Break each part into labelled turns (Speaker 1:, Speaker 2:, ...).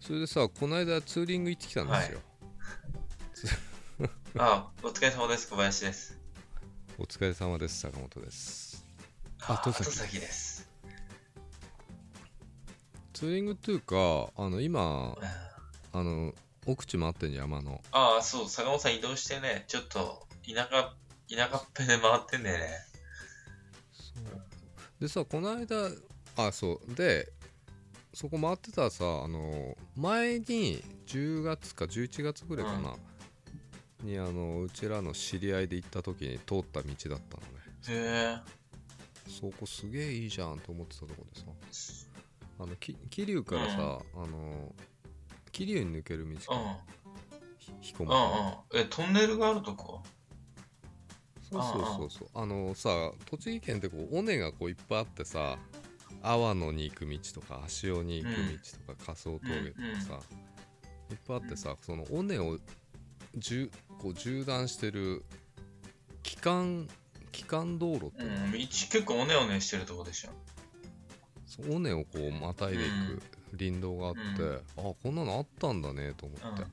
Speaker 1: それでさこの間ツーリング行ってきたんですよ、
Speaker 2: ああ、お疲れ様です。小林です。
Speaker 1: お疲れ様です坂本です
Speaker 3: あ戸
Speaker 2: 戸
Speaker 3: 崎
Speaker 2: 崎です。
Speaker 1: ツーリングっていうかあの今
Speaker 2: うん
Speaker 1: あの奥地もあってんじゃん山の
Speaker 2: ああ、そう、坂本さん移動してね、ちょっと田舎、田舎っぺで回ってんだよね。
Speaker 1: でさこの間あそうでそこ回ってたらさあの前に10月か11月ぐらいかな、にあのうちらの知り合いで行った時に通った道だったのね
Speaker 2: へ
Speaker 1: そこすげえいいじゃんと思ってたところでさ
Speaker 2: え。
Speaker 1: あのき桐生からさ、あの桐生に抜ける道
Speaker 2: う
Speaker 1: か
Speaker 2: ん、う
Speaker 1: ら、
Speaker 2: ん、
Speaker 1: ひ彦
Speaker 2: う
Speaker 1: 摩呂
Speaker 2: ん。え、トンネルがあるとこ
Speaker 1: そうそうそうそうあのさ栃木県ってこう尾根がこういっぱいあってさ阿波野に行く道とか足尾に行く道とか仮想峠とかさ、いっぱいあってさその尾根をじゅこう縦断してる機関機関道路って
Speaker 2: う
Speaker 1: いうの、
Speaker 2: ん、道結構おねおねしてるとこでしょ。
Speaker 1: そう尾根をこうまたいでいく林道があって、
Speaker 2: うん
Speaker 1: あこんなのあったんだねと思って、
Speaker 2: うん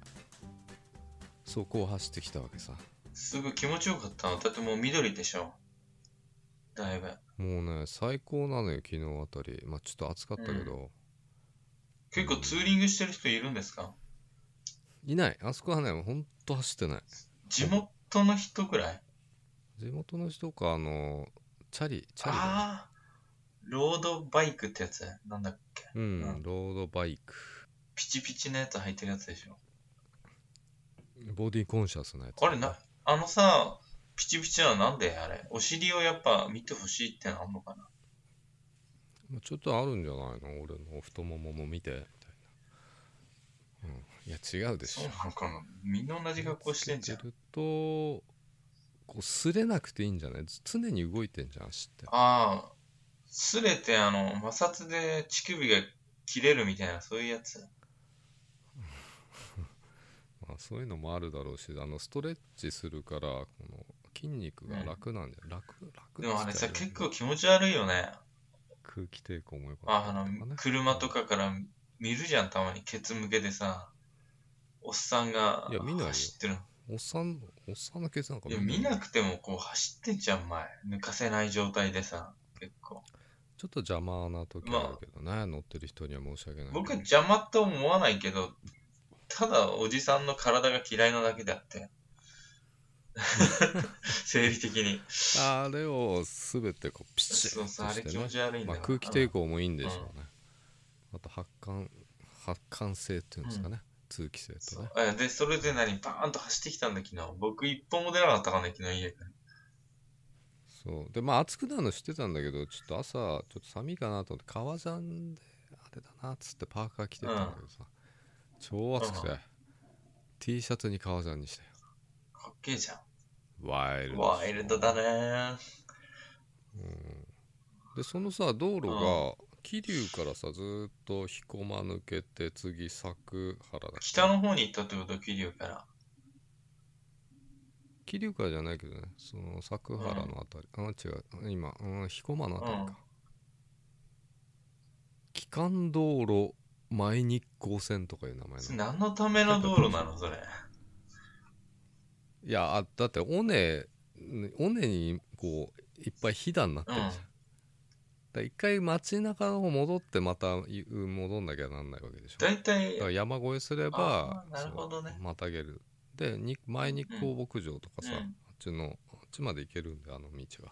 Speaker 1: そこを走ってきたわけさ
Speaker 2: すごい気持ちよかったの。だってもう緑でしょ。だいぶ。
Speaker 1: もうね最高なのよ昨日あたりまあちょっと暑かったけど、
Speaker 2: 結構ツーリングしてる人いるんですか
Speaker 1: いない。あそこはね、ほんと走ってない。
Speaker 2: 地元の人ぐらい
Speaker 1: 地元の人か、あの、チャリ、チャリだね
Speaker 2: ああ、ロードバイクってやつなんだっけ
Speaker 1: うん、
Speaker 2: うん
Speaker 1: ロードバイク。
Speaker 2: ピチピチのやつ履いてるやつでしょ。
Speaker 1: ボディコンシャスなやつ。
Speaker 2: あれな、あのさ、ピチピチはなんであれお尻をやっぱ見てほしいってのあんのかな
Speaker 1: まあちょっとあるんじゃないの俺の太ももも見て、みたいな。うん。いや、違うでし
Speaker 2: そう
Speaker 1: ょ。
Speaker 2: なのかなみんな同じ格好してんじゃん
Speaker 1: つ。けてると、こう、擦れなくていいんじゃないず常に動いてんじゃん、足って。
Speaker 2: ああ、すれてあの、摩擦で乳首が切れるみたいな、そういうやつ。
Speaker 1: まあ、そういうのもあるだろうし、あの、ストレッチするから、この、筋肉が楽なんじゃ、楽、楽
Speaker 2: でもあれさ、
Speaker 1: っつったら
Speaker 2: 結構気持ち悪いよね。
Speaker 1: 空気抵抗もよかった
Speaker 2: あ
Speaker 1: りとか
Speaker 2: の
Speaker 1: ね、
Speaker 2: 車とかから見るじゃん、たまに。ケツ向けてさ、おっさんが
Speaker 1: いや見ないよ
Speaker 2: 走ってるの。
Speaker 1: おっさん、おっさんのケツなんか
Speaker 2: いや、見なくてもこう走ってんじゃん、前。抜かせない状態でさ、結構。
Speaker 1: ちょっと邪魔な時はあるけどね、乗ってる人には申し訳ないけど。
Speaker 2: 僕は邪魔と思わないけど、ただおじさんの体が嫌いなだけであ って。生理的に。
Speaker 1: あれを全てこうピチッ
Speaker 2: そう
Speaker 1: と
Speaker 2: そう、あれ
Speaker 1: して
Speaker 2: 気
Speaker 1: ね
Speaker 2: 持ち悪いん
Speaker 1: ま
Speaker 2: だ
Speaker 1: あ、
Speaker 2: よ
Speaker 1: 空気抵抗もいいんでしょうね。あと発汗、発汗性っていうんですかね、通気性
Speaker 2: そ
Speaker 1: とね
Speaker 2: う。えで、それで何バーンと走ってきたんだ、昨日。僕一本も出なかったからね、昨日家から。
Speaker 1: そう。で、まあ暑くなるの知ってたんだけど、ちょっと朝、ちょっと寒いかなと思って、革ジャンで、あれだなっつってパーカー着てたんだけどさ、超暑くて、T シャツに革ジャンにしたよ。
Speaker 2: かっけえじゃ
Speaker 1: ワイル
Speaker 2: ん。
Speaker 1: ド。
Speaker 2: ワイルドだね
Speaker 1: うんでそのさ道路が桐生からさずーっと彦間抜けて次佐久原だっけ
Speaker 2: 北の方に行ったってこと、桐生から。
Speaker 1: 桐生からじゃないけどねその佐久原のあたり、あ違う今、うん、彦間のあたりか、
Speaker 2: うん
Speaker 1: 機関道路前日光線とかいう名前
Speaker 2: そ
Speaker 1: な
Speaker 2: れ
Speaker 1: の
Speaker 2: 何のための道路なの、それ。
Speaker 1: いやあだって尾根尾根にこういっぱい飛騨になってるじゃん、
Speaker 2: うん
Speaker 1: だから一回街中の方戻ってまたい戻んなきゃなんないわけでしょ
Speaker 2: 大体
Speaker 1: だか、ら山越えすれば
Speaker 2: あーなるほどね
Speaker 1: そうまたげるでに前日光牧場とかさ、
Speaker 2: うん
Speaker 1: あっちのあっちまで行けるんであの道が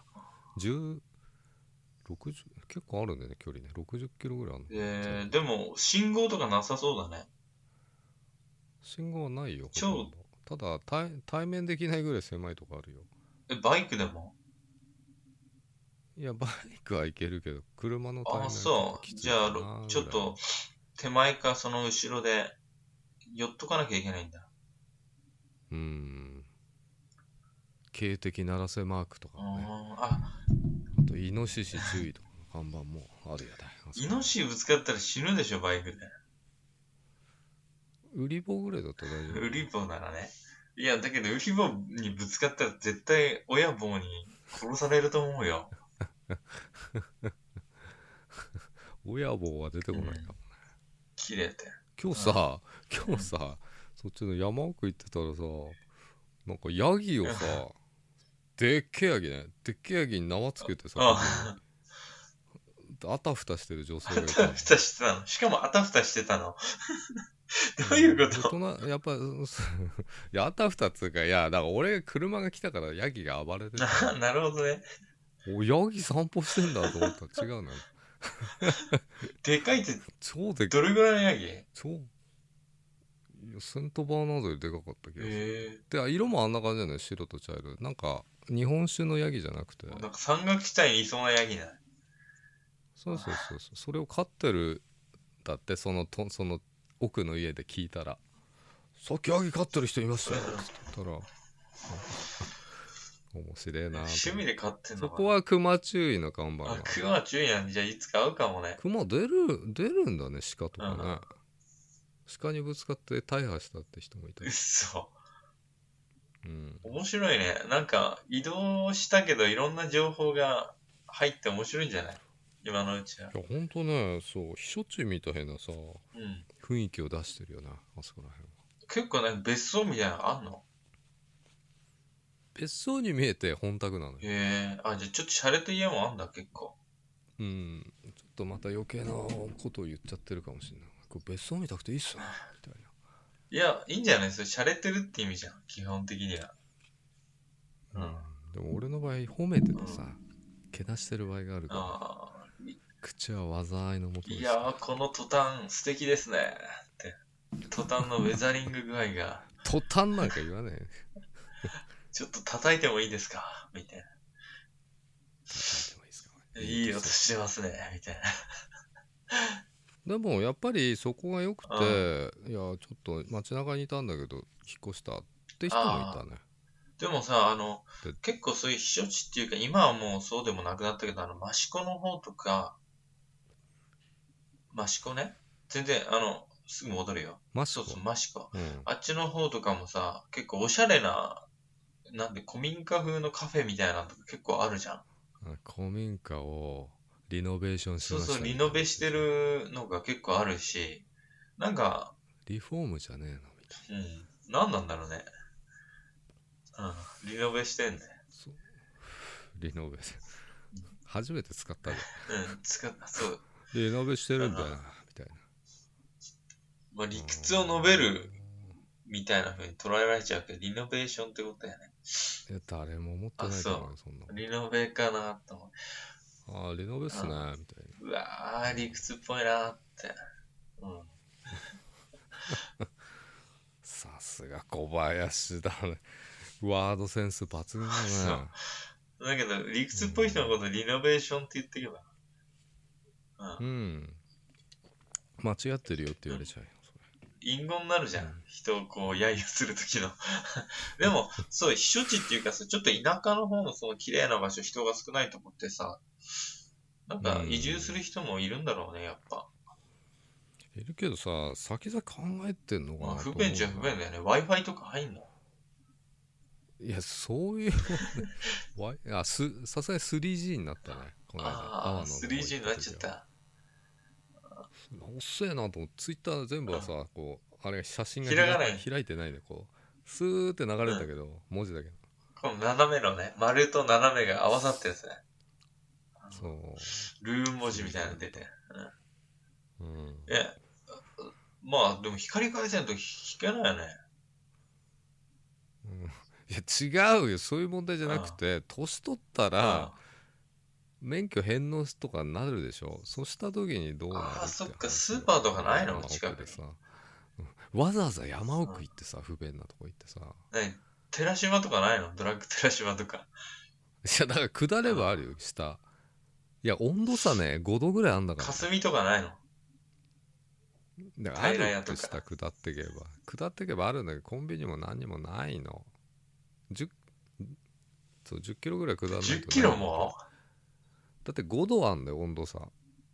Speaker 1: 1060結構あるんだよね距離ね60キロぐらいあるの、
Speaker 2: えー、でも、信号とかなさそうだね。
Speaker 1: 信号はないよ
Speaker 2: 超
Speaker 1: ほとんどただ対対面できないぐらい狭いとこあるよ
Speaker 2: え、バイクでも
Speaker 1: いやバイクは行けるけど車の対面
Speaker 2: あ、そう。じゃあ、ろちょっと、手前かその後ろで、寄っとかなきゃいけないんだ。
Speaker 1: うーん警笛鳴らせマークとか
Speaker 2: うー
Speaker 1: ね
Speaker 2: んあ、
Speaker 1: あとイノシシ注意とかの看板もあるよねあそこ
Speaker 2: イノシシぶつかったら死ぬでしょ、バイクで。
Speaker 1: ウリボぐらいだったら大丈夫
Speaker 2: ウリボウならね。いや、だけど、ウリボウにぶつかったら絶対親棒に殺されると思うよ。
Speaker 1: 親棒は出てこないかもね、
Speaker 2: 切れて。
Speaker 1: 今日さ、今日さ、そっちの山奥行ってたらさなんかヤギをさ でっけえヤギねでっけえヤギに縄つけてさ
Speaker 2: あ
Speaker 1: あたふたしてる女性
Speaker 2: あ、
Speaker 1: が
Speaker 2: あ
Speaker 1: い
Speaker 2: た
Speaker 1: た
Speaker 2: ふたしてたの。しかもあたふたしてたの。 どういうこと
Speaker 1: うん 大人やっぱそういやあたふたっつうかいやだから俺車が来たからヤギが暴れて て
Speaker 2: ななるほどね。
Speaker 1: おヤギ散歩してんだと思ったら違うね
Speaker 2: でかいって
Speaker 1: 超でっ
Speaker 2: どれぐらいのヤギえ
Speaker 1: 超いやセントバーナードよりでかかった気がする、
Speaker 2: え
Speaker 1: で色もあんな感じだよね白と茶色なんか日本酒のヤギじゃなくて
Speaker 2: なんか山岳地帯にいそうなヤギだ。
Speaker 1: そうそうそうそうそれを飼ってるだってそのとその奥の家で聞いたら「さっきヤギ飼ってる人いましたよ」って言ったらあ「面白いなと思って」
Speaker 2: 趣味で飼ってんの
Speaker 1: そ
Speaker 2: かな
Speaker 1: こは熊注意の看板
Speaker 2: あ
Speaker 1: が、
Speaker 2: クマ注意なんで、じゃあいつか会うかもね。
Speaker 1: 熊出る出るんだね鹿とか
Speaker 2: うんう
Speaker 1: ね鹿にぶつかって大破したって人もいた
Speaker 2: うっ
Speaker 1: り、
Speaker 2: そ。
Speaker 1: うん、
Speaker 2: 面白いね。なんか、移動したけど、いろんな情報が入って面白いんじゃない今のうちは。
Speaker 1: いやほんとねそう避暑地みたいなさ
Speaker 2: うん。
Speaker 1: 雰囲気を出してるよなあそこら辺は
Speaker 2: 結構ね、別荘みたいなのあんの
Speaker 1: 別荘に見えて本宅なのよ
Speaker 2: へえ。あ、じゃあちょっと洒落た家もあんだ、結構。
Speaker 1: うんちょっとまた余計なことを言っちゃってるかもしれないこれ別荘見たくていいっすねみたい
Speaker 2: いや、いいんじゃないそれ、洒落てるって意味じゃん。基本的には。う
Speaker 1: な、
Speaker 2: ん。あ
Speaker 1: でも俺の場合褒めててさけなしてる場合があるから
Speaker 2: あ
Speaker 1: 口は災いのもと
Speaker 2: ー。
Speaker 1: で
Speaker 2: い
Speaker 1: す
Speaker 2: やー、このトタン、素敵ですね。って。トタンのウェザリング具合が、
Speaker 1: 途端なんか言わ ねえ
Speaker 2: ちょっと叩いてもいいですかみたいな。
Speaker 1: 叩いてもいいですか
Speaker 2: いい音してますね、みたいな。
Speaker 1: でもやっぱりそこが良くて
Speaker 2: うん
Speaker 1: いやちょっと街中にいたんだけど引っ越したって人もいたね
Speaker 2: でもさ、あの
Speaker 1: で、
Speaker 2: 結構そういう避暑地っていうか、今はもうそうでもなくなったけど、あの、益子の方とか、益子ね全然、あの、すぐ戻るよ。
Speaker 1: マシ
Speaker 2: そう
Speaker 1: コ
Speaker 2: そう、益子。
Speaker 1: うん
Speaker 2: あっちの方とかもさ、結構おしゃれな、なんで、古民家風のカフェみたいなのとか結構あるじゃん。
Speaker 1: あ古民家をリノベーションし
Speaker 2: そう
Speaker 1: ました
Speaker 2: そう、リノベしてるのが結構あるし、なんか、
Speaker 1: リフォームじゃねえのみたいな
Speaker 2: うん、なんなんだろうね。うん、リノベしてんね。
Speaker 1: そうリノベ初めて使ったで
Speaker 2: うん、使った、そう。
Speaker 1: リノベしてるんだよなみたいな
Speaker 2: まあ、理屈を述べるみたいな風に捉えられちゃうけど、リノベーションってことやね。
Speaker 1: いや誰も思ってないからねそんな
Speaker 2: リノベかなと思
Speaker 1: ああーリノベっすねみたいな
Speaker 2: う。うわー、理屈っぽいなって。うん。
Speaker 1: さすが小林だねワードセンス抜群だね
Speaker 2: だけど、理屈っぽい人のことリノベーションって言ってけば。う。
Speaker 1: うんん間違ってるよって言われちゃうよそ
Speaker 2: 隠語になるじゃん。人をこう、揶揄するときの。 でも、そう、避暑地っていうかさ、ちょっと田舎の方のその綺麗な場所、人が少ないとこってさ、なんか移住する人もいるんだろうね、やっぱ。
Speaker 1: れいるけどさ先々考えてんのか
Speaker 2: まあ、
Speaker 1: なと
Speaker 2: 不
Speaker 1: 思うよ
Speaker 2: 便じゃ不便だよね。Wi-Fi とか入んの
Speaker 1: いやそういう わいあすさすがに 3G になったねこの間
Speaker 2: ああ、
Speaker 1: 阿波野の方行
Speaker 2: 3G になっちゃっ
Speaker 1: 時は
Speaker 2: た。
Speaker 1: 遅えなと思ってツイッター全部はさこうあれ写真が
Speaker 2: 開かない
Speaker 1: 開いてないでこうスーって流れるんだけど、文字だけ
Speaker 2: この斜めのね、丸と斜めが合わさってるやつね。
Speaker 1: そう
Speaker 2: ルーン文字みたいなの出て。
Speaker 1: うん
Speaker 2: え、まあ、でも光回線と引けないよね。
Speaker 1: うんいや違うよそういう問題じゃなくて年取ったら免許返納とかなるでしょそうした時にどうなるて
Speaker 2: あーそっか
Speaker 1: 話
Speaker 2: スーパーとかないの
Speaker 1: 山奥
Speaker 2: 近くに
Speaker 1: でさうんわざわざ山奥行ってさ不便なとこ行ってさ
Speaker 2: うん。ね、寺島とかないのドラッグ寺島とか。
Speaker 1: いやだから下ればあるよ下いや温度差ね5度ぐらいあんだからね
Speaker 2: 霞とかないの
Speaker 1: だからあ
Speaker 2: 平
Speaker 1: る
Speaker 2: 屋
Speaker 1: っ
Speaker 2: と
Speaker 1: て
Speaker 2: か
Speaker 1: 下下ってけば下ってけばあるんだけどコンビニも何にもないの 10, そう10キロぐらい下らないとない
Speaker 2: ?10 キロも
Speaker 1: だって5度あんだよ温度差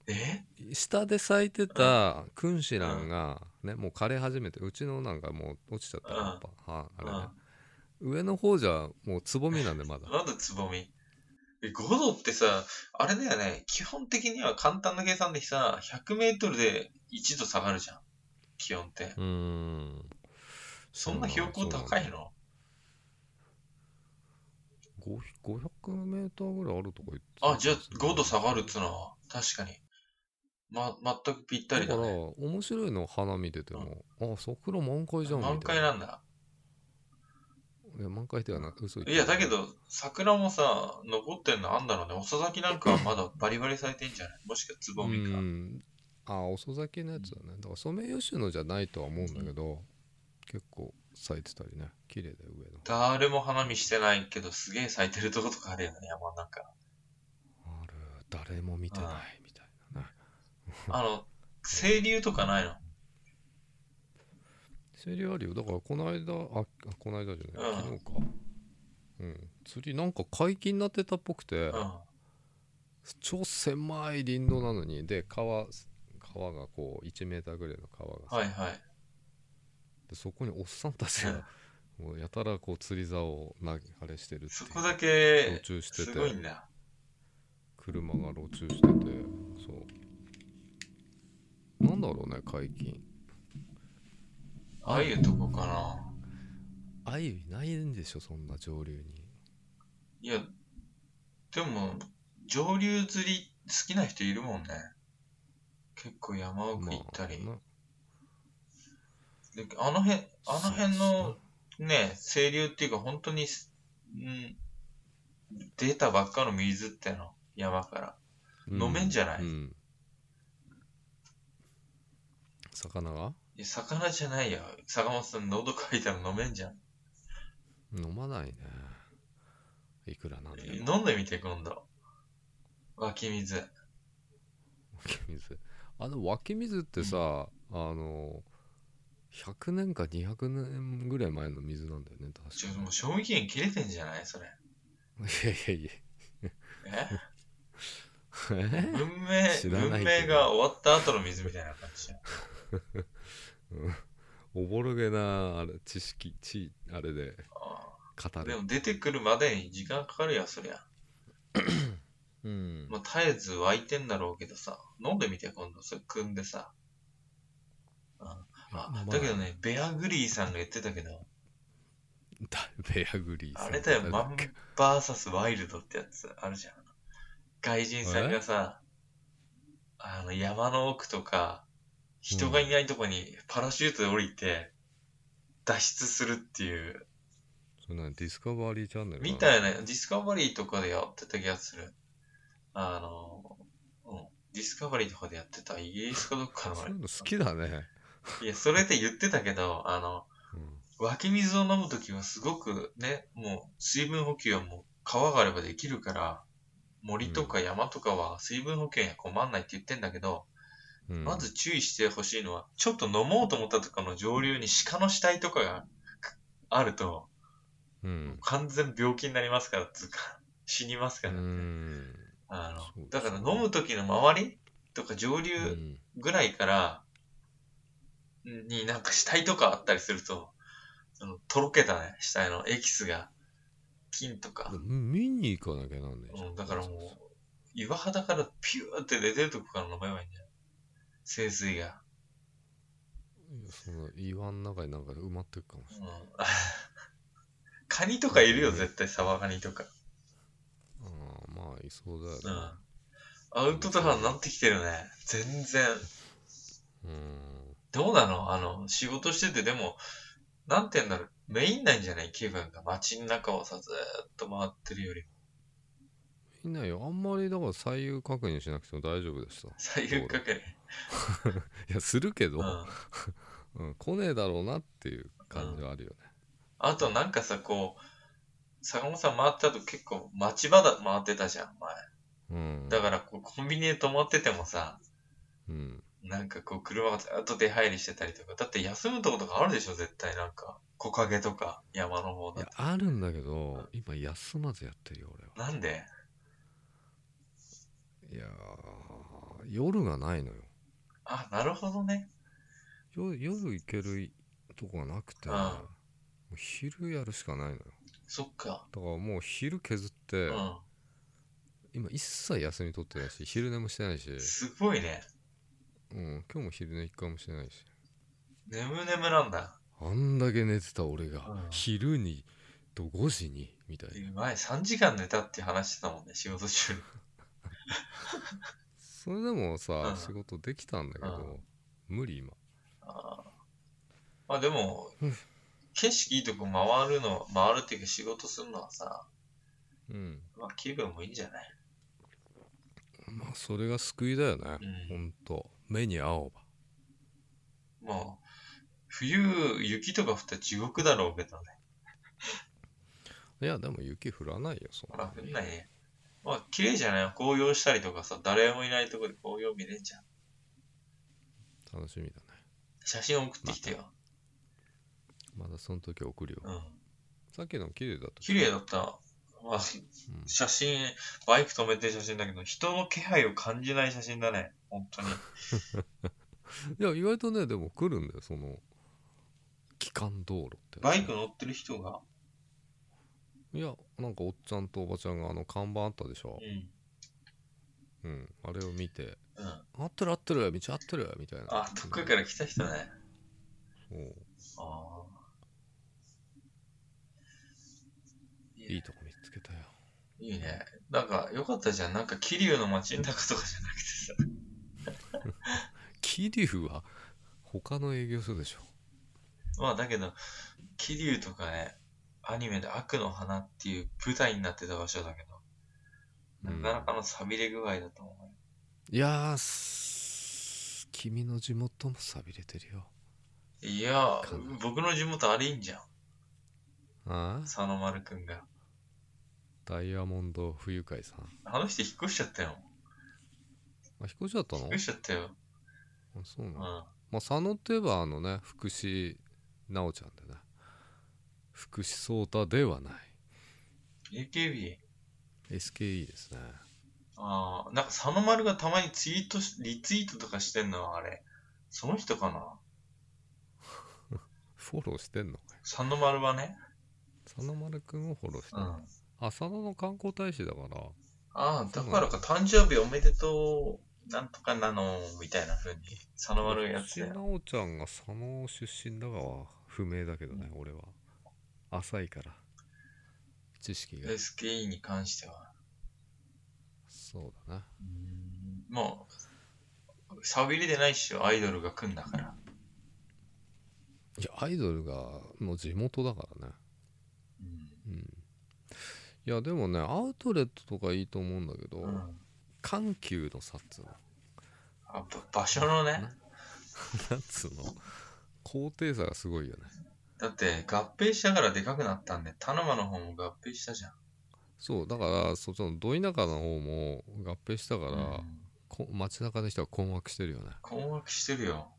Speaker 2: え
Speaker 1: 下で咲いてた君子蘭がねもう枯れ始めてうちのなんかもう落ちちゃった
Speaker 2: うん
Speaker 1: やっぱはあれね上の方じゃもうつぼみなんでまだ
Speaker 2: なんでつぼみえ、5度ってさ、あれだよね、基本的には簡単な計算でさ、100メートルで1度下がるじゃん。気温って。
Speaker 1: うーん
Speaker 2: そんな標高高いの
Speaker 1: 5 500メーターぐらいあるとか言って
Speaker 2: あ、じゃあ5度下がるっつうのは、確かに。ま、全くぴったり
Speaker 1: だ
Speaker 2: だ
Speaker 1: から
Speaker 2: ね。
Speaker 1: 面白いの花見てても、あ桜満開じゃんみたいな
Speaker 2: 満開なんだ。
Speaker 1: いや満開ではない嘘言って
Speaker 2: いや、だけど、桜もさ、残ってんのあんだろうね。遅咲きなんかはまだバリバリ咲いてんじゃないもしくはつ
Speaker 1: う
Speaker 2: ぼみか。
Speaker 1: んあ遅咲きのやつだねだからソメイヨシノじゃないとは思うんだけど、結構咲いてたりね綺麗だよ上の
Speaker 2: 誰も花見してないけど、すげえ咲いてるとことかあるよね、山の中。
Speaker 1: ある誰も見てないみたいなね
Speaker 2: あの、清流とかないの
Speaker 1: セリアリオだからこの間ああこの間じゃない、
Speaker 2: うん
Speaker 1: 昨日かうん釣りなんか解禁になってたっぽくて、
Speaker 2: うん。
Speaker 1: 超狭い林道なのにで川川がこう1メーターぐらいの川がさ、
Speaker 2: はいはい。
Speaker 1: でそこにおっさんたちがもうやたらこう釣り竿を投げあれしてるっていう
Speaker 2: そこだ
Speaker 1: 路
Speaker 2: け、
Speaker 1: 中して
Speaker 2: す
Speaker 1: て
Speaker 2: ごいんだ。
Speaker 1: 車が路中しててそうなんだろうね解禁
Speaker 2: ああいうとこかな。
Speaker 1: あゆいないんでしょそんな上流に
Speaker 2: いや、でも、上流釣り好きな人いるもんね。結構山奥行ったり。
Speaker 1: まあな
Speaker 2: であの辺、あの辺
Speaker 1: そう
Speaker 2: のね、清流っていうか本当にす、うん、出たばっかの水っての、山から。
Speaker 1: う
Speaker 2: 飲めんじゃない
Speaker 1: うん魚が
Speaker 2: いや魚じゃないよ。坂本さん喉かいたら飲めんじゃん。
Speaker 1: 飲まないねいくらなんでも
Speaker 2: 飲んでみて、今度。湧き水。
Speaker 1: 湧き水あの湧き水ってさ、あの100年か200年ぐらい前の水なんだよね
Speaker 2: ち
Speaker 1: 確
Speaker 2: ょっ
Speaker 1: か
Speaker 2: ともう賞味期限切れてんじゃないそれ。
Speaker 1: にいやいやいや
Speaker 2: え
Speaker 1: え
Speaker 2: 文明
Speaker 1: 知、らない
Speaker 2: 文
Speaker 1: けど
Speaker 2: 明が終わった後の水みたいな感じじゃん。
Speaker 1: おぼろげなあれ知識知あれで
Speaker 2: あ
Speaker 1: 語
Speaker 2: あで
Speaker 1: る
Speaker 2: も出てくるまでに時間かかるよ、そりゃ。
Speaker 1: うん
Speaker 2: まあ、絶えず湧いてんだろうけどさ、飲んでみて、今度、それ、汲んでさ。あ、だけどね、ベアグリーさんが言ってたけど、
Speaker 1: だベアグリーさん
Speaker 2: あれだよ、
Speaker 1: 誰
Speaker 2: マ
Speaker 1: っ
Speaker 2: ン
Speaker 1: け
Speaker 2: バーサスワイルドってやつあるじゃん。外人さんがさ、あの、山の奥とか、人がいないとこにパラシュートで降りて、脱出するっていう、
Speaker 1: そんなディスカバリーチャンネルかな
Speaker 2: みたいな、ディスカバリーとかでやってた気がする。あの、うん、ディスカバリーとかでやってた、イギリスかどっかの あ
Speaker 1: そう
Speaker 2: れ
Speaker 1: いうの好きだね、
Speaker 2: いや、それで言ってたけど、あの、
Speaker 1: うん
Speaker 2: 湧き水を飲むときはすごくね、もう水分補給はもう川があればできるから、森とか山とかは水分補給には困んないって言ってんだけど、
Speaker 1: うん
Speaker 2: まず注意してほしいのは、ちょっと飲もうと思ったとこの上流に鹿の死体とかがくあると、
Speaker 1: うん
Speaker 2: 完全病気になりますから、つうか、死にます
Speaker 1: う
Speaker 2: からね。
Speaker 1: ん
Speaker 2: あ
Speaker 1: そう
Speaker 2: の、だから飲むときの周りとか上流、
Speaker 1: うん
Speaker 2: ぐらいから、になんか死体とかあったりすると、そのとろけたね、死体のエキスが、金とか、
Speaker 1: 見に行かなきゃなんねえじゃ
Speaker 2: うん、だからもう、岩肌からピューって出てるとこから飲めばいいんじゃない清水が。
Speaker 1: いやその岩の中になんか埋まってるかもし
Speaker 2: うん、カニとかいるよ、絶対、サバカニと
Speaker 1: れ
Speaker 2: か。
Speaker 1: ないああまあいそうだよね
Speaker 2: うん。アウトドアになってきてるね。全然。
Speaker 1: うん
Speaker 2: どうなのあの、仕事してて、でも、なんて言うんだろう、メインなんじゃない気分が。街の中をさ、ずーっと回ってるよりも。
Speaker 1: いないよあんまりだから左右確認しなくても大丈夫でした
Speaker 2: 左右かけ
Speaker 1: いやするけ
Speaker 2: う
Speaker 1: ど、
Speaker 2: ん、
Speaker 1: うん、来ねえだろうなっていう感じはあるよね、
Speaker 2: あとなんかさこう坂本さん回った後結構町場だ回ってたじゃん前
Speaker 1: うん、
Speaker 2: だ
Speaker 1: ら、
Speaker 2: からこうコンビニで泊まっててもさ
Speaker 1: うん、
Speaker 2: なんかこう車がずっと出入りしてたりとかだって休むとことかあるでしょ絶対なんか木陰とか山の方
Speaker 1: い
Speaker 2: だ
Speaker 1: やあるんだけど今休まずやってるよ俺は
Speaker 2: なんで
Speaker 1: いやー夜がないのよ
Speaker 2: あなるほどね
Speaker 1: よ夜行けるとこがなくて、
Speaker 2: うん
Speaker 1: もう昼やるしかないのよ
Speaker 2: そっか
Speaker 1: だからもう昼削って、
Speaker 2: う
Speaker 1: 今一切休み取ってないし昼寝もしてないし
Speaker 2: ん、すごいね
Speaker 1: うん、今日も昼寝一回もしてないし
Speaker 2: 眠眠なんだ。
Speaker 1: あんだけ寝てた俺が、
Speaker 2: うん
Speaker 1: 昼にと5時にみたいな
Speaker 2: 前3時間寝たって話してたもんね、仕 事中。
Speaker 1: それでもさ、
Speaker 2: うん
Speaker 1: 仕事できたんだけど、無理今
Speaker 2: あーまあでも
Speaker 1: うん、
Speaker 2: 景色いいとこ回るの、回るっていうか仕事するのはさ、
Speaker 1: うん
Speaker 2: まあ気分もいいんじゃない
Speaker 1: まあそれが救いだよね、
Speaker 2: うん
Speaker 1: ほんと目に青ば
Speaker 2: もう、冬、雪とか降ったら地獄だろうけどね。
Speaker 1: いやでも雪降らないよそん
Speaker 2: ほ
Speaker 1: な
Speaker 2: ら、降んないね。まあ綺麗じゃない紅葉したりとかさ、誰もいないとこで紅葉見れんじゃん。
Speaker 1: 楽しみだね
Speaker 2: 写真送ってきてよ。
Speaker 1: まだその時送るよ、
Speaker 2: うん。
Speaker 1: さっきの綺麗だった
Speaker 2: 綺麗だった。まあ、
Speaker 1: うん
Speaker 2: 写真、バイク止めてる写真だけど、人の気配を感じない写真だね。本当に。
Speaker 1: いや意外とねでも来るんだよその機関道路ってやつね
Speaker 2: バイク乗ってる人が、
Speaker 1: いやなんかおっちゃんとおばちゃんがあの看板あったでしょ
Speaker 2: う、ん。
Speaker 1: うん、あれを見て
Speaker 2: うん。
Speaker 1: 「合ってる合ってる道合ってる」みたいな
Speaker 2: あ、どっかから来た人ね。
Speaker 1: おう
Speaker 2: ああ。
Speaker 1: いいとこ見つけたよ
Speaker 2: いいね。なんか、よかったじゃん。なんか、桐生の街の中とかじゃなくてさ。
Speaker 1: 桐生は他の営業所でしょ
Speaker 2: まあ、だけど、桐生とかね、アニメで悪の花っていう舞台になってた場所だけど、
Speaker 1: うん
Speaker 2: なかなかの寂れ具合だと思うよ。
Speaker 1: いやーす君の地元も寂れてるよ
Speaker 2: いや
Speaker 1: かな、
Speaker 2: 僕の地元あれいいんじゃん。
Speaker 1: ああ
Speaker 2: 佐野丸くんが。
Speaker 1: ダイヤモンド冬会さんあ
Speaker 2: あの人引っ越しちゃったよ。
Speaker 1: 引っ越しだった
Speaker 2: 引
Speaker 1: の
Speaker 2: っ越しちゃったよ。
Speaker 1: あそうな
Speaker 2: うん。
Speaker 1: の、まあ、佐野っていえばあのね福士奈緒ちゃんでね福士蒼太ではない
Speaker 2: AKB。
Speaker 1: SKE ですね
Speaker 2: ああ、なんか佐野丸がたまにツイートし、リツイートとかしてんのはあれ、その人かな
Speaker 1: フォローしてんのかよ
Speaker 2: 佐野丸はね。
Speaker 1: 佐野丸くんをフォローして
Speaker 2: うん。
Speaker 1: る、
Speaker 2: あ
Speaker 1: あ佐野の観光大使だから
Speaker 2: あ、だからか、誕生日おめでとう、なんとかなの、みたいな風に、佐野丸がやっ
Speaker 1: 福
Speaker 2: て
Speaker 1: 士
Speaker 2: たよ。
Speaker 1: 奈緒ちゃんが佐野出身だかは不明だけどね、俺は浅いから知識が
Speaker 2: SKE に関しては。
Speaker 1: そうだな
Speaker 2: もう、寂れでないっしょ、アイドルが来んだから。
Speaker 1: いやアイドルがの地元だからね
Speaker 2: うん。
Speaker 1: うんいやでもねアウトレットとかいいと思うんだけど、
Speaker 2: うん、
Speaker 1: 緩急の差っつうの
Speaker 2: あば場所のね、
Speaker 1: なんつうの高低差がすごいよね
Speaker 2: だって合併したからでかくなったんで、田沼の方も合併したじゃん。
Speaker 1: そうだからそっちのど田舎の方も合併したから、
Speaker 2: うん
Speaker 1: こ街中の人は困惑してるよね
Speaker 2: 困惑してるよ。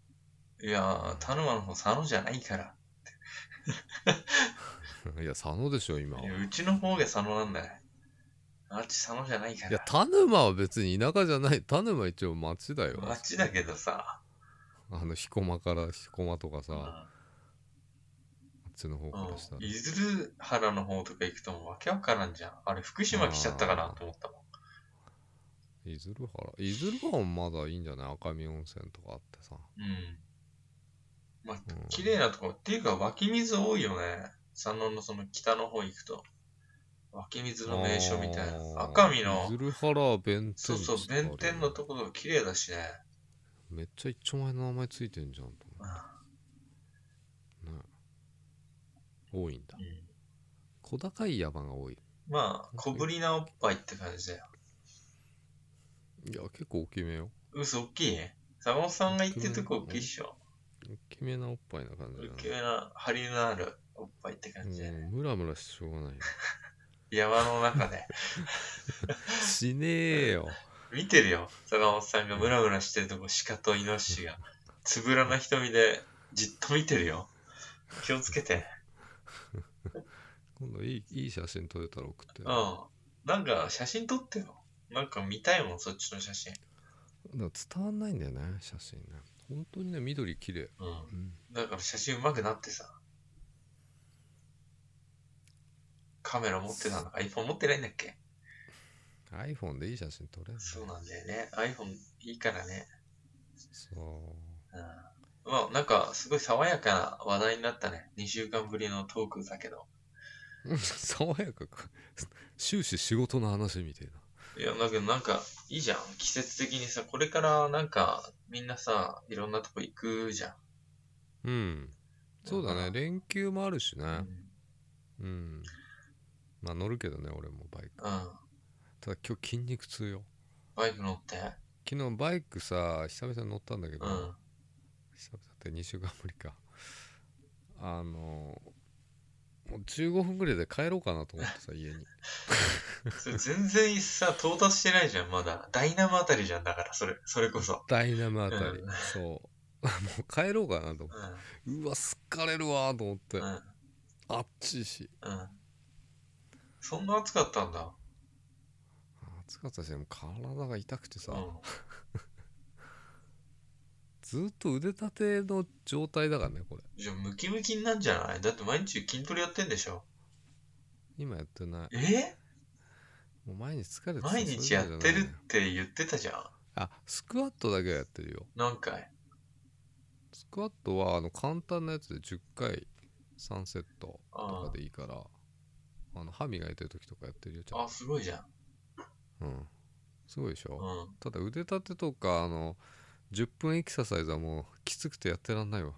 Speaker 2: いやー、田沼の方佐野じゃないから。
Speaker 1: いや佐野でしょ今はい
Speaker 2: やうちの方が佐野なんだよ。あっち佐野じゃないか
Speaker 1: いや
Speaker 2: ら。
Speaker 1: 田沼は別に田舎じゃない田沼は一応町だよ
Speaker 2: あっちだけどさ。
Speaker 1: あの彦間から彦間とかさ、
Speaker 2: うん
Speaker 1: あっちの方からしたら
Speaker 2: 伊豆原の方とか行くともうわけわからんじゃん。あれ、福島来ちゃったかなと思ったもん。
Speaker 1: 伊豆原伊豆原もまだいいんじゃない赤身温泉とかあってさ、
Speaker 2: うん。まあ、
Speaker 1: うん
Speaker 2: 綺麗なとこ。っていうか、湧き水多いよね。佐野のその北の方行くと。湧き水の名所みたいな。
Speaker 1: あー
Speaker 2: 赤身の
Speaker 1: 伊、豆原弁天
Speaker 2: そうそう、弁天のところが綺麗だしね。
Speaker 1: めっちゃ一丁前の名前ついてんじゃんと
Speaker 2: う
Speaker 1: 思
Speaker 2: ん
Speaker 1: うね多いんだ
Speaker 2: うん
Speaker 1: 小高い山が多い
Speaker 2: まあ、小ぶりなおっぱいって感じだよ。
Speaker 1: いや結構大きめよ
Speaker 2: 嘘、大きい坂本さんが言ってるとこ大きいっしょ。
Speaker 1: 大きめなおっぱいな感じ
Speaker 2: 大
Speaker 1: だ
Speaker 2: きめな、張りのあるおっぱいって感じだよ
Speaker 1: ね
Speaker 2: ね。
Speaker 1: うんムラムラしてしょうがないよ
Speaker 2: 山の中で。
Speaker 1: しねえよ
Speaker 2: 見てるよ。坂本さんがムラムラしてるとこ、鹿とイノシシが。つぶらな瞳でじっと見てるよ。気をつけて。
Speaker 1: 今度いいいい写真撮れたら送って
Speaker 2: うん。なんか、写真撮ってよ。なんか見たいもん、そっちの写真。
Speaker 1: だから伝わんないんだよね写真ね本当にね緑綺麗
Speaker 2: うん。
Speaker 1: うん
Speaker 2: だから写真上手くなってさ。カメラ持ってたの ?iPhone 持ってないんだっけ
Speaker 1: iPhone でいい写真撮れる
Speaker 2: そうなんだよね。iPhone いいからね。
Speaker 1: そう
Speaker 2: うんまあ、なんか、すごい爽やかな話題になったね。2週間ぶりのトークだけど。
Speaker 1: 爽やかか終始仕事の話みたいない
Speaker 2: や、だけどなんか、いいじゃん。季節的にさ、これからなんか、みんなさ、いろんなとこ行くじゃん。
Speaker 1: うんそうだ
Speaker 2: だから
Speaker 1: ね連休もあるし
Speaker 2: う
Speaker 1: ね
Speaker 2: ん。
Speaker 1: うんまあ乗るけどね俺もバイク
Speaker 2: うん。
Speaker 1: ただ今日筋肉痛よ
Speaker 2: バイク乗って。
Speaker 1: 昨日バイクさ久々に乗ったんだけど、
Speaker 2: うん。
Speaker 1: 久々って2週間ぶりかあのもう15分ぐらいで帰ろうかなと思 ってさ家に
Speaker 2: それ全然さ、到達してないじゃん、まだ。ダイナムあたりじゃん、だから、それ、それこそ。
Speaker 1: ダイナムあたり、
Speaker 2: う
Speaker 1: そう もう帰ろうかなと思
Speaker 2: う
Speaker 1: ううわ疲れるわーと思って、
Speaker 2: ん。うん。
Speaker 1: あっちいし
Speaker 2: うん。そんな暑かったんだ。
Speaker 1: 暑かったしでも体が痛くてさ、
Speaker 2: うん。
Speaker 1: ずっと腕立ての状態だからねこれ
Speaker 2: じゃあ、ムキムキになんじゃないだって毎日筋トレやってんでしょ。
Speaker 1: 今やってない
Speaker 2: え
Speaker 1: もう毎日疲れてさ
Speaker 2: 毎日やっ
Speaker 1: そ
Speaker 2: て
Speaker 1: ういう
Speaker 2: る
Speaker 1: の
Speaker 2: っ
Speaker 1: じゃないの
Speaker 2: て言ってたじゃん。
Speaker 1: あスクワットだけはやってるよ
Speaker 2: 何回
Speaker 1: スクワットはあの簡単なやつで10回3セットとかでいいからあの歯磨いてる時とかやってるよちゃん
Speaker 2: あ、
Speaker 1: と
Speaker 2: すごいじゃん。
Speaker 1: うんすごいでしょ、
Speaker 2: うん。
Speaker 1: ただ腕立てとかあの10分エクササイズはもうきつくてやってらんないわ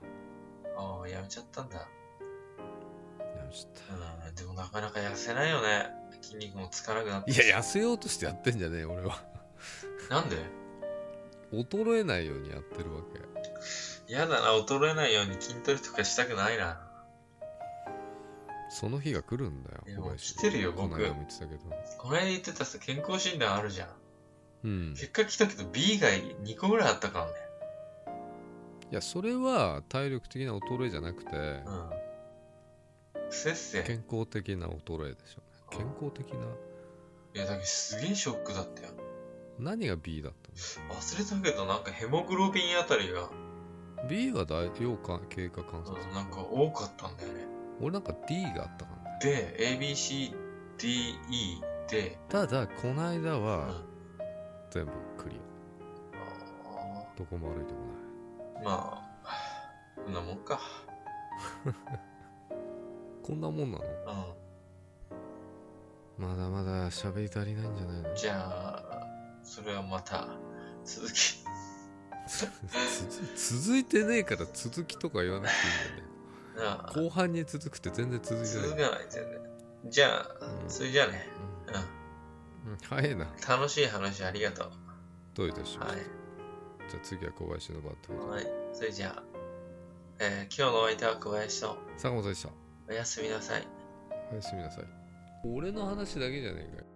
Speaker 2: ああ、やめちゃったんだ。
Speaker 1: やめちゃっ
Speaker 2: うん。でもなかなか痩せないよね。筋肉もつかなくなって。
Speaker 1: たいや痩せようとしてやってんじゃねえよ俺は
Speaker 2: なんで
Speaker 1: 衰えないようにやってるわけ
Speaker 2: 嫌だな、衰えないように筋トレとかしたくないな。
Speaker 1: その日が来るんだよ
Speaker 2: いや
Speaker 1: 小林
Speaker 2: 来てるよ
Speaker 1: この
Speaker 2: 僕
Speaker 1: 間も言ってたけど
Speaker 2: この間言ってたさ、健康診断あるじゃん。
Speaker 1: うん
Speaker 2: 結果来たけど B 以外2個ぐらいあったからね。
Speaker 1: いやそれは体力的な衰えじゃなくて、
Speaker 2: うん。不節制。
Speaker 1: 健康的な衰えでしょうね健康的ない
Speaker 2: や、だけどすげえショックだったよ。
Speaker 1: 何が B だった
Speaker 2: 忘れたけど、なんかヘモグロビンあたりが、
Speaker 1: の B は大要間経過観察、
Speaker 2: うん、なんか多かったんだよね。
Speaker 1: 俺なんか D があったからね
Speaker 2: で、ABCDE で、
Speaker 1: ただこの間
Speaker 2: うん。
Speaker 1: は
Speaker 2: あ
Speaker 1: 全部クリアどこも悪いとこ
Speaker 2: ーまあ、こんなもんか。
Speaker 1: ないこんなもんなの
Speaker 2: う
Speaker 1: まだまだ喋り足りないんじゃないの
Speaker 2: ん。じゃあ、それはまた、続き。
Speaker 1: 続続いてねえから続きとか言わなくていいんだよね
Speaker 2: なあ
Speaker 1: 後半に続くって全然続いてない
Speaker 2: 続かない全然。じゃあ、
Speaker 1: うん
Speaker 2: それじゃあね。
Speaker 1: う
Speaker 2: うん。
Speaker 1: んうん早いな
Speaker 2: 楽しい話ありがとう。
Speaker 1: どういたしまし
Speaker 2: は
Speaker 1: て、
Speaker 2: い。
Speaker 1: じゃあ次は小林のバット
Speaker 2: はい。それじゃあ、えー今日のお相手は小林と、
Speaker 1: 坂本でした
Speaker 2: おやすみなさい。
Speaker 1: おやすみなさい俺の話だけじゃねえかよ